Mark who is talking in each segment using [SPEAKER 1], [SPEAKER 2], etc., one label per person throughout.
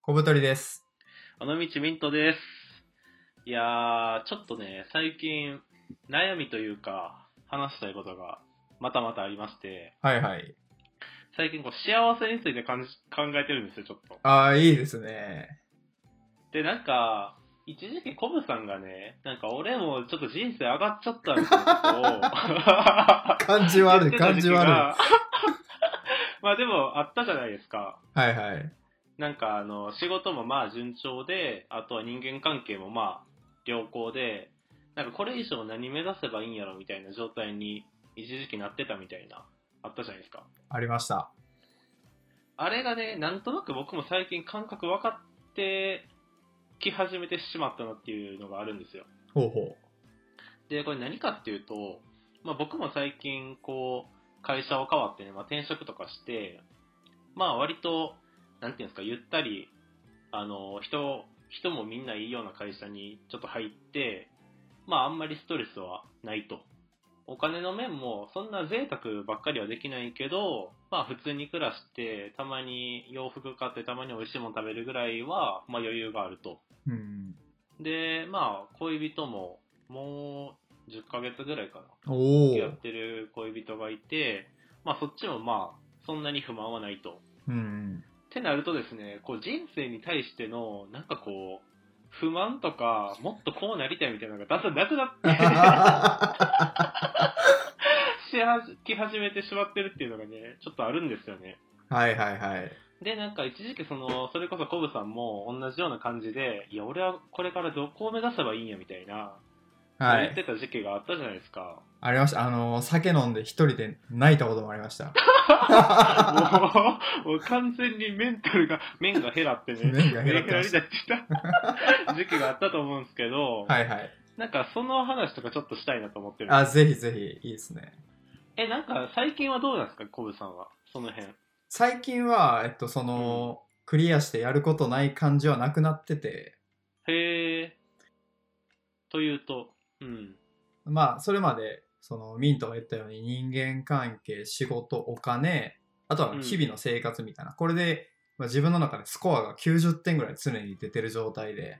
[SPEAKER 1] 小太りです。
[SPEAKER 2] 尾道ミントです。いやー、ちょっとね、最近、悩みというか、話したいことが、またまたありまして、
[SPEAKER 1] はいはい。
[SPEAKER 2] 最近こう、幸せについて感じ考えてるんですよ、ちょっと。
[SPEAKER 1] ああ、いいですね。
[SPEAKER 2] で、なんか、一時期コブさんがね、なんか俺もちょっと人生上がっちゃったみたい なことを
[SPEAKER 1] 感じ悪い、
[SPEAKER 2] 言ってた
[SPEAKER 1] 感
[SPEAKER 2] 時期
[SPEAKER 1] じ
[SPEAKER 2] が
[SPEAKER 1] 悪い。
[SPEAKER 2] まあでも、あったじゃないですか。
[SPEAKER 1] はいはい。
[SPEAKER 2] なんかあの仕事もまあ順調であとは人間関係もまあ良好でなんかこれ以上何目指せばいいんやろみたいな状態に一時期なってたみたいなあったじゃないですか
[SPEAKER 1] ありました。
[SPEAKER 2] あれがねなんとなく僕も最近感覚分かってき始めてしまったなっていうのがあるんですよ
[SPEAKER 1] ほうほ
[SPEAKER 2] でこれ何かっていうと、まあ、僕も最近こう会社を変わってね、まあ、転職とかしてまあ割となんていうんですかゆったりあの人人もみんないいような会社にちょっと入ってまああんまりストレスはないとお金の面もそんな贅沢ばっかりはできないけどまあ普通に暮らしてたまに洋服買ってたまに美味しいもの食べるぐらいはまあ余裕があると
[SPEAKER 1] う。うん。
[SPEAKER 2] で、まあ、恋人も、もう10ヶ月ぐらいかな。
[SPEAKER 1] おお。
[SPEAKER 2] やってる恋人がいて、まあ、そっちもまあ、そんなに不満はないと。
[SPEAKER 1] うん。
[SPEAKER 2] ってなるとですね、こう人生に対しての、なんかこう、不満とか、もっとこうなりたいみたいなのがだんだんなくな って、しはじき始めてしまってるっていうのがね、ちょっとあるんですよね。
[SPEAKER 1] はいはいはい。
[SPEAKER 2] で、なんか一時期その、それこそコブさんも同じような感じで、いや、俺はこれからどこを目指せばいいんやみたいな、
[SPEAKER 1] は
[SPEAKER 2] 言っ
[SPEAKER 1] い。
[SPEAKER 2] てた時期があったじゃないですか。
[SPEAKER 1] ありました。あの、酒飲んで一人で泣いたこともありま した。
[SPEAKER 2] もう、 もう完全にメンタルが、面が減らってね、
[SPEAKER 1] 面が減らっ
[SPEAKER 2] 面
[SPEAKER 1] てま
[SPEAKER 2] り
[SPEAKER 1] し
[SPEAKER 2] だってた 時期があったと思うんですけど、
[SPEAKER 1] はいはい。
[SPEAKER 2] なんかその話とかちょっとしたいなと思ってる。
[SPEAKER 1] あ、ぜひぜひ、いいですね。
[SPEAKER 2] え、なんか最近はどうなんですか、コブさんは。その辺。
[SPEAKER 1] 最近は、えっと、その、クリアしてやることない感じはなくなってて、
[SPEAKER 2] へえ。というと、うん。
[SPEAKER 1] まあ、それまで、その、ミントが言ったように、人間関係、仕事、お金、あとは日々の生活みたいな。これで、まあ、自分の中でスコアが90点ぐらい常に出てる状態で、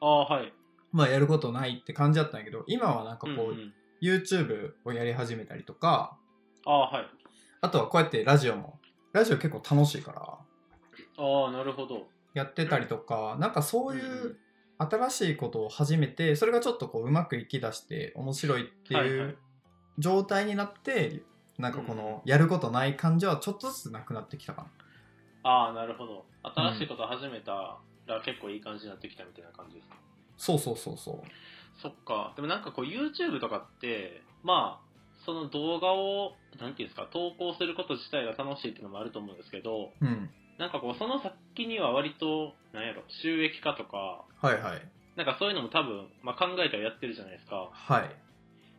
[SPEAKER 2] ああ、はい。
[SPEAKER 1] まあ、やることないって感じだったんやけど、今はなんか
[SPEAKER 2] う
[SPEAKER 1] こ
[SPEAKER 2] ん
[SPEAKER 1] う、
[SPEAKER 2] うん、
[SPEAKER 1] YouTube をやり始めたりとか、
[SPEAKER 2] ああ、はい。
[SPEAKER 1] あとはこうやってラジオも、ラジオ結構楽しいから、
[SPEAKER 2] ああ、なるほど。
[SPEAKER 1] やってたりとか、なんかそうい
[SPEAKER 2] うんう
[SPEAKER 1] うん新しいことを始めて、それがちょっとこううまくいきだして面白いって
[SPEAKER 2] はい
[SPEAKER 1] い
[SPEAKER 2] はいう
[SPEAKER 1] 状態になって、なんかこのやることない感じはちょっとずつなくなってきたかな。
[SPEAKER 2] ああ、なるほど。新しいこと始めたら結構いい感じになってきたみたいな感じですか。
[SPEAKER 1] そうそうそうそう。
[SPEAKER 2] そっか。でもなんかこう YouTube とかって、まあ、その動画を、なんていうんですか、投稿すること自体が楽しいっていうのもあると思うんですけど、
[SPEAKER 1] うん。
[SPEAKER 2] なんかこうその先には割と、なんやろ、収益化とか、
[SPEAKER 1] はいはい。
[SPEAKER 2] なんかそういうのも多分、まあ考えたらやってるじゃないですか。
[SPEAKER 1] はい。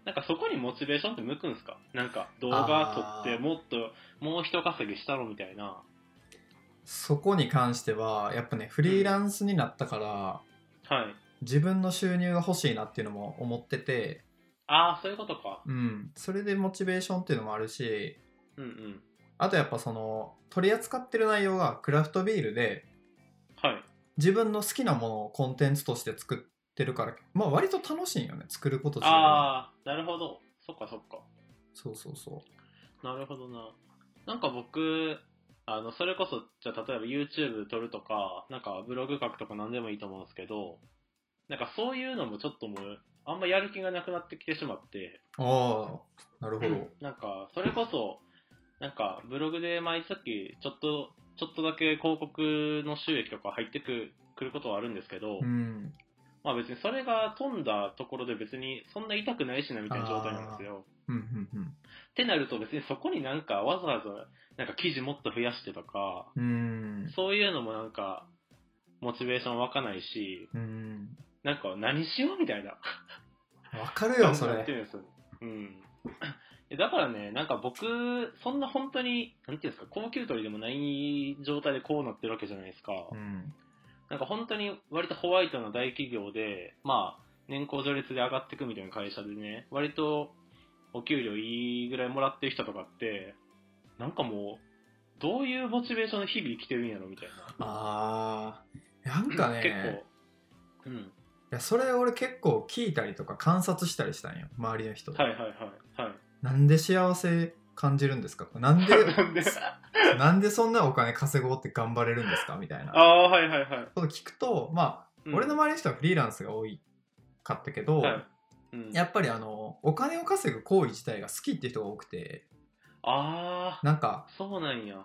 [SPEAKER 2] なんかそこにモチベーションって向くんですかなんか動画撮っ
[SPEAKER 1] あー
[SPEAKER 2] てもっと、もう一稼ぎしたろみたいな。
[SPEAKER 1] そこに関しては、やっぱね、フリーランスになったから、
[SPEAKER 2] はい。
[SPEAKER 1] 自分の収入が欲しいなっていうのも思ってて、
[SPEAKER 2] ああ、そういうことか。
[SPEAKER 1] うん。それでモチベーションっていうのもあるし、
[SPEAKER 2] うんうん。
[SPEAKER 1] あとやっぱその、取り扱ってる内容がクラフトビールで、
[SPEAKER 2] はい。
[SPEAKER 1] 自分の好きなものをコンテンツとして作ってるから、まあ割と楽しいよね、作ること自体は。
[SPEAKER 2] ああ、なるほど。そっかそっか。
[SPEAKER 1] そうそうそう。
[SPEAKER 2] なるほどな。なんか僕、あの、それこそ、じゃあ例えば YouTube 撮るとか、なんかブログ書くとか何でもいいと思うんですけど、なんかそういうのもちょっともう、あんまやる気がなくなってきてしまって、
[SPEAKER 1] ああ、なるほど。
[SPEAKER 2] なんか、それこそ、なんかブログで毎月、ちょっと、ちょっとだけ広告の収益とか入ってくくることはあるんですけど、
[SPEAKER 1] うん。
[SPEAKER 2] まあ別にそれが飛んだところで別にそんな痛くないしなみたいな状態なんですよ。
[SPEAKER 1] うん、うん、うん。
[SPEAKER 2] ってなると別にそこになんかわざわざなんか記事もっと増やしてとか、
[SPEAKER 1] うん。
[SPEAKER 2] そういうのもなんかモチベーション湧かないし、
[SPEAKER 1] うん。
[SPEAKER 2] なんか何しようみたいな
[SPEAKER 1] わかるよ、そ
[SPEAKER 2] なって
[SPEAKER 1] れ。
[SPEAKER 2] るんですよ。うん。えだからね、なんか僕、そんな本当に、なんていうんですか、高級鳥でもない状態でこうなってるわけじゃないですか。
[SPEAKER 1] うん。
[SPEAKER 2] なんか本当に割とホワイトな大企業で、まあ、年功序列で上がっていくみたいな会社でね、割とお給料いいぐらいもらってる人とかって、なんかもう、どういうモチベーションで日々生きてるんやろみたいな。
[SPEAKER 1] ああ。なんかね、
[SPEAKER 2] 結構、うん。
[SPEAKER 1] いやそれ俺結構聞いたりとか観察したりしたんよ周りの人、
[SPEAKER 2] はいはいはい。はい。
[SPEAKER 1] なんで幸せ感じるんですか なんで
[SPEAKER 2] なんで
[SPEAKER 1] なんでそんなお金稼ごうって頑張れるんですかみたい
[SPEAKER 2] あ
[SPEAKER 1] な
[SPEAKER 2] あ、はいはいはい。
[SPEAKER 1] こと聞くとまあ、
[SPEAKER 2] うん
[SPEAKER 1] 俺の周りの人はフリーランスが多いかったけど、
[SPEAKER 2] はいうん、
[SPEAKER 1] やっぱりあのお金を稼ぐ行為自体が好きっていう人が多くて
[SPEAKER 2] あ
[SPEAKER 1] なんか
[SPEAKER 2] あ、そうなんや。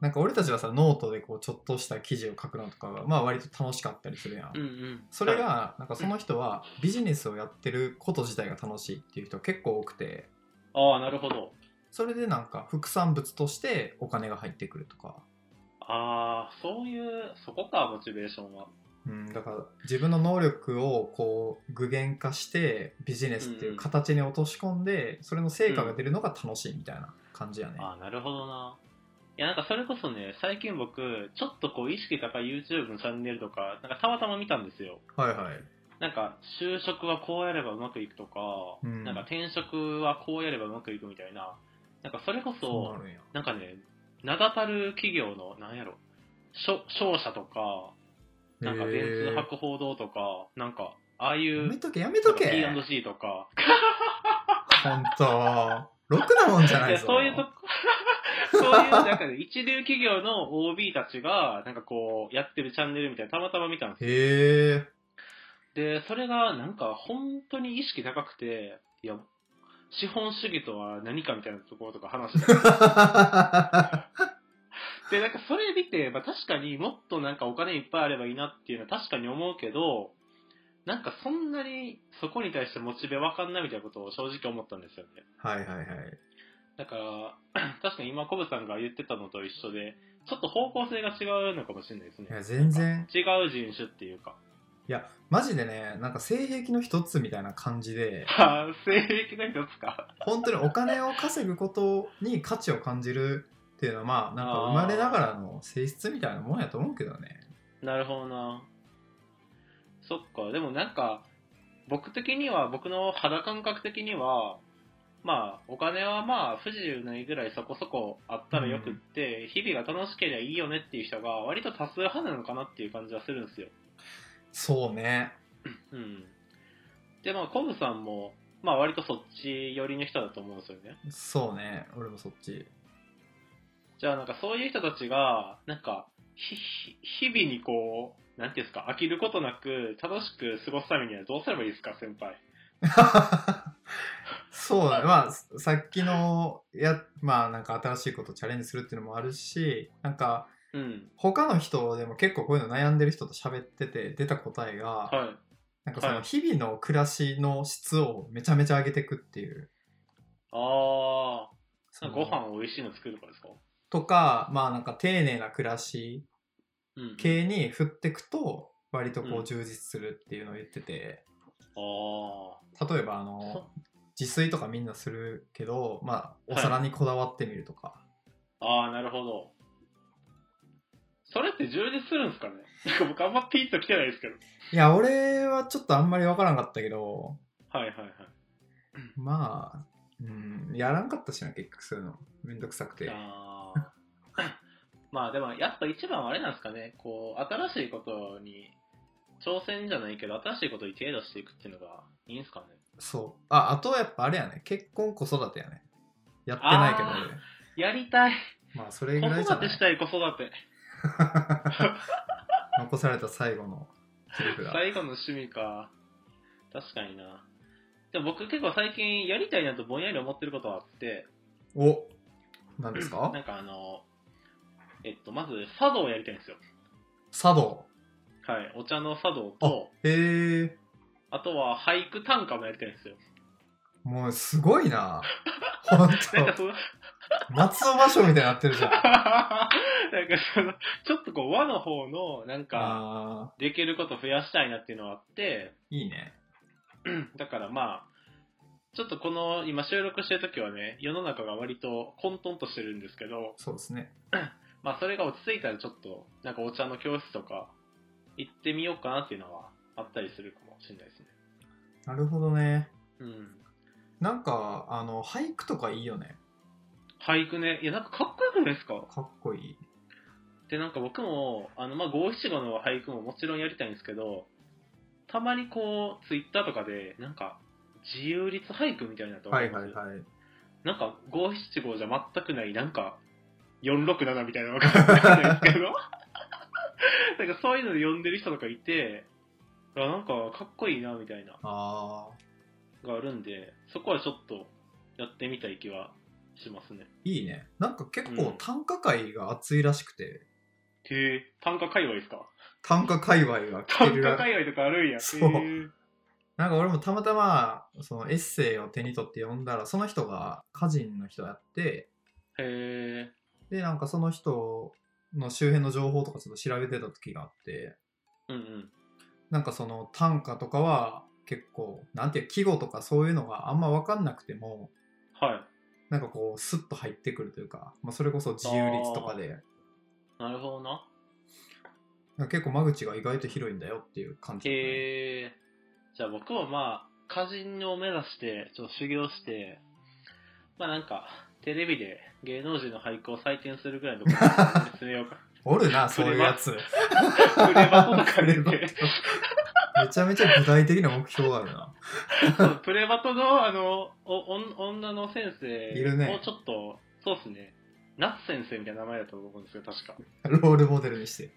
[SPEAKER 1] なんか俺たちはさノートでこうちょっとした記事を書くのとかがまあ割と楽しかったりするやん、
[SPEAKER 2] うんうん。
[SPEAKER 1] それ
[SPEAKER 2] はい、
[SPEAKER 1] がなんかその人はビジネスをやってること自体が楽しいっていう人結構多くて
[SPEAKER 2] ああ、なるほど。
[SPEAKER 1] それでなんか副産物としてお金が入ってくるとか、
[SPEAKER 2] ああ、そういう、そこか、モチベーションは。
[SPEAKER 1] うん、だから自分の能力をこう具現化してビジネスっていう形に落とし込んで、それの成果が出るのが楽しいみたいな感じやね、
[SPEAKER 2] ああ、なるほどな。いや、なんかそれこそね、最近僕、ちょっとこう、意識高い YouTube のチャンネルとか、なんかたまたま見たんですよ。
[SPEAKER 1] はいはい
[SPEAKER 2] なんか、就職はこうやればうまくいくとか、
[SPEAKER 1] うん
[SPEAKER 2] なんか転職はこうやればうまくいくみたいな、なんかそれこ
[SPEAKER 1] そう
[SPEAKER 2] そ
[SPEAKER 1] な、るんや
[SPEAKER 2] なんかね、名だたる企業の、なんやろ、商商社とか、なんか電通博報堂とか、なんか、ああい
[SPEAKER 1] へーや
[SPEAKER 2] う、
[SPEAKER 1] めとけやめ
[SPEAKER 2] な
[SPEAKER 1] と
[SPEAKER 2] んか
[SPEAKER 1] け
[SPEAKER 2] P&C とか、
[SPEAKER 1] 本当ろくなもんじゃないい
[SPEAKER 2] や
[SPEAKER 1] ぞ
[SPEAKER 2] そういうとこ、 そういう、なんかね、一流企業の OB たちが、なんかこう、やってるチャンネルみたいな、たまたま見たんですよ。
[SPEAKER 1] へえ
[SPEAKER 2] で、それが、なんか、本当に意識高くて、いや、資本主義とは何かみたいなところとか話してたで、なんかそれ見て、まあ確かにもっとなんかお金いっぱいあればいいなっていうのは確かに思うけど、なんかそんなにそこに対してモチベわかんないみたいなことを正直思ったんですよね。
[SPEAKER 1] はいはいはい
[SPEAKER 2] だから、 確かに今コブさんが言ってたのと一緒で、ちょっと方向性が違うのかもしれないですね
[SPEAKER 1] い。や全然
[SPEAKER 2] 違う人種っていうか。
[SPEAKER 1] いやマジでねなんか性癖の一つみたいな感じで
[SPEAKER 2] あー性癖の一つか。
[SPEAKER 1] 本当にお金を稼ぐことに価値を感じるっていうのはまあなんか生まれながらの性質みたいなもんやと思うけどね
[SPEAKER 2] なるほどな。そっか、でもなんか、僕的には、僕の肌感覚的には、まあ、お金はまあ、不自由ないぐらいそこそこあったらよくって、日々が楽しければいいよねっていう人が、割と多数派なのかなっていう感じはするんですよ。
[SPEAKER 1] そうね
[SPEAKER 2] うん。で、まあ、コブさんも、まあ、割とそっち寄りの人だと思うんですよね。
[SPEAKER 1] そうね俺もそっ ち
[SPEAKER 2] じゃあ、なんかそういう人たちが、なんか、ひ、ひ日々にこう、なんていうんですか、飽きることなく、楽しく過ごすためにはどうすればいいですか、先輩。
[SPEAKER 1] そうだねまあさっきのやまあなんか新しいことチャレンジするっていうのもあるしなんか
[SPEAKER 2] うん。
[SPEAKER 1] 他の人でも結構こういうの悩んでる人と喋ってて出た答えが、
[SPEAKER 2] はい。
[SPEAKER 1] なんかそ
[SPEAKER 2] は
[SPEAKER 1] の
[SPEAKER 2] い
[SPEAKER 1] 日々の暮らしの質をめちゃめちゃ上げていくっていう。
[SPEAKER 2] あ
[SPEAKER 1] そ
[SPEAKER 2] あ、
[SPEAKER 1] の
[SPEAKER 2] ご飯美味しいの作るとかですか
[SPEAKER 1] とか、まあなんか丁寧な暮らし
[SPEAKER 2] うん。
[SPEAKER 1] 系に振ってくと、割とこ
[SPEAKER 2] うん
[SPEAKER 1] う充実するっていうのを言ってて、
[SPEAKER 2] あ
[SPEAKER 1] 例えばあ
[SPEAKER 2] そ
[SPEAKER 1] の、自炊とかみんなするけど、まあお皿にこだわってみるとか。
[SPEAKER 2] あ、ああ、なるほど。それって充実するんですかね なんか僕あんまピンと来てないですけど。
[SPEAKER 1] いや、俺はちょっとあんまりわからんかったけど、
[SPEAKER 2] はいはいはい。
[SPEAKER 1] まあ、うん、やらんかったしな、結局そういうの。めんどくさくて。
[SPEAKER 2] あー まあでもやっぱ一番はあれなんですかねこう新しいことに挑戦じゃないけど新しいことに手出していくっていうのがいいんですかね
[SPEAKER 1] そう。あ、あとはやっぱあれやね。結婚子育てやね。やってないけど
[SPEAKER 2] あー
[SPEAKER 1] 俺。
[SPEAKER 2] やりたい
[SPEAKER 1] まあそれ
[SPEAKER 2] 子
[SPEAKER 1] ぐらいじゃ
[SPEAKER 2] 育
[SPEAKER 1] な
[SPEAKER 2] て
[SPEAKER 1] い
[SPEAKER 2] したい子育て
[SPEAKER 1] 残された最後のセリフだ。
[SPEAKER 2] 最後の趣味か確かになでも僕結構最近やりたいなとぼんやり思ってることがあって
[SPEAKER 1] お何ですか
[SPEAKER 2] なんかあのえっとまず茶道をやりたいんですよ
[SPEAKER 1] 茶道。
[SPEAKER 2] はいお茶の茶道と
[SPEAKER 1] へえ。
[SPEAKER 2] あとは俳句短歌もやりたいんですよ
[SPEAKER 1] もうすごいな。ほんと。
[SPEAKER 2] なんかその
[SPEAKER 1] 松尾芭蕉みたいになってるじゃん。
[SPEAKER 2] なんかその、ちょっとこう和の方の、なんか、
[SPEAKER 1] あ
[SPEAKER 2] できること増やしたいなっていうのはあって、
[SPEAKER 1] ーいいね。
[SPEAKER 2] だからまあ、ちょっとこの、今収録してる時はね、世の中が割と混沌としてるんですけど、
[SPEAKER 1] そうですね。
[SPEAKER 2] まあそれが落ち着いたらちょっと、なんかお茶の教室とか、行ってみようかなっていうのはあったりするかもしれないですね。
[SPEAKER 1] なるほどね。
[SPEAKER 2] うん。
[SPEAKER 1] なんか、あの、俳句とかいいよね。
[SPEAKER 2] 俳句ね、いやなんかかっこよくないですか
[SPEAKER 1] かっこいい。
[SPEAKER 2] で、なんか僕も、あの、まあ、五七五の俳句ももちろんやりたいんですけど、たまにこう、ツイッターとかで、なんか、自由律俳句みたいなと
[SPEAKER 1] はいはいはい。
[SPEAKER 2] なんか五七五じゃ全くない、なんか467みたいなのが あるんですけど、なんかそういうので呼んでる人とかいて、あなんかかっこいいなみたいな
[SPEAKER 1] ああ、
[SPEAKER 2] のがあるんで、そこはちょっとやってみたい気はしますね。
[SPEAKER 1] いいね。なんか結
[SPEAKER 2] う
[SPEAKER 1] 構
[SPEAKER 2] ん
[SPEAKER 1] 短歌界が熱いらしくて、
[SPEAKER 2] へえ、短歌界隈ですか
[SPEAKER 1] 短歌界隈が来て
[SPEAKER 2] 短
[SPEAKER 1] る
[SPEAKER 2] 歌
[SPEAKER 1] ら
[SPEAKER 2] 界隈とかあるんや。
[SPEAKER 1] そう
[SPEAKER 2] へー
[SPEAKER 1] なんか俺もたまたまそのエッセイを手に取って読んだらその人が歌人の人やって
[SPEAKER 2] へえ、
[SPEAKER 1] でなんかその人の周辺の情報とかちょっと調べてた時があって
[SPEAKER 2] うんうん。
[SPEAKER 1] なんかその短歌とかは結構なんていう季語とかそういうのがあんま分かんなくても
[SPEAKER 2] は
[SPEAKER 1] なんかこうスッと入ってくるというか、まあ、それこそ自由律とかで
[SPEAKER 2] い。なるほどな。
[SPEAKER 1] なんか結構間口が意外と広いんだよっていう感じだね、
[SPEAKER 2] へえ。じゃあ僕はまあ、歌人を目指して、ちょっと修行して、まあなんか、テレビで芸能人の俳句を採点するぐらいのところに進めよ うか。
[SPEAKER 1] おるなそういうやつ
[SPEAKER 2] 筆箱とか 出
[SPEAKER 1] プレ
[SPEAKER 2] て
[SPEAKER 1] バ、トめちゃめちゃ具体的な目標があるな
[SPEAKER 2] そうプレバトの、あの、おお女の先生
[SPEAKER 1] いるね
[SPEAKER 2] をちょっと、そうっすね。ナッツ先生みたいな名前だと思うんですけど、確か。
[SPEAKER 1] ロールモデルにして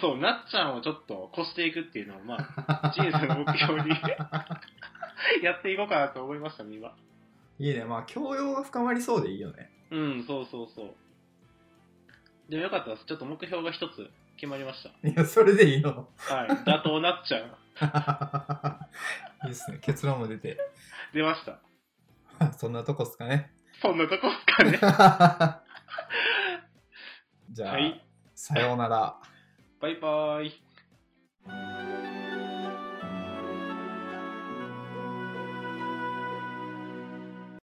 [SPEAKER 2] そう、なっちゃんをちょっと越していくっていうのを、まあ、人生の目標に やっていこうかなと思いましたね、今。
[SPEAKER 1] いいね。まあ、教養が深まりそうでいいよね。
[SPEAKER 2] うん、そうそうそう。でもよかったです。ちょっと目標が一つ決まりまし
[SPEAKER 1] いや、それでいいの。
[SPEAKER 2] た。はい。 妥当なっちゃ
[SPEAKER 1] い
[SPEAKER 2] う。
[SPEAKER 1] いっすね。結論も出て。
[SPEAKER 2] 出ました。
[SPEAKER 1] そんなとこっすかね。
[SPEAKER 2] そんなとこっ すかね。
[SPEAKER 1] じゃあ、
[SPEAKER 2] はい。
[SPEAKER 1] さようなら。
[SPEAKER 2] バイバーイ。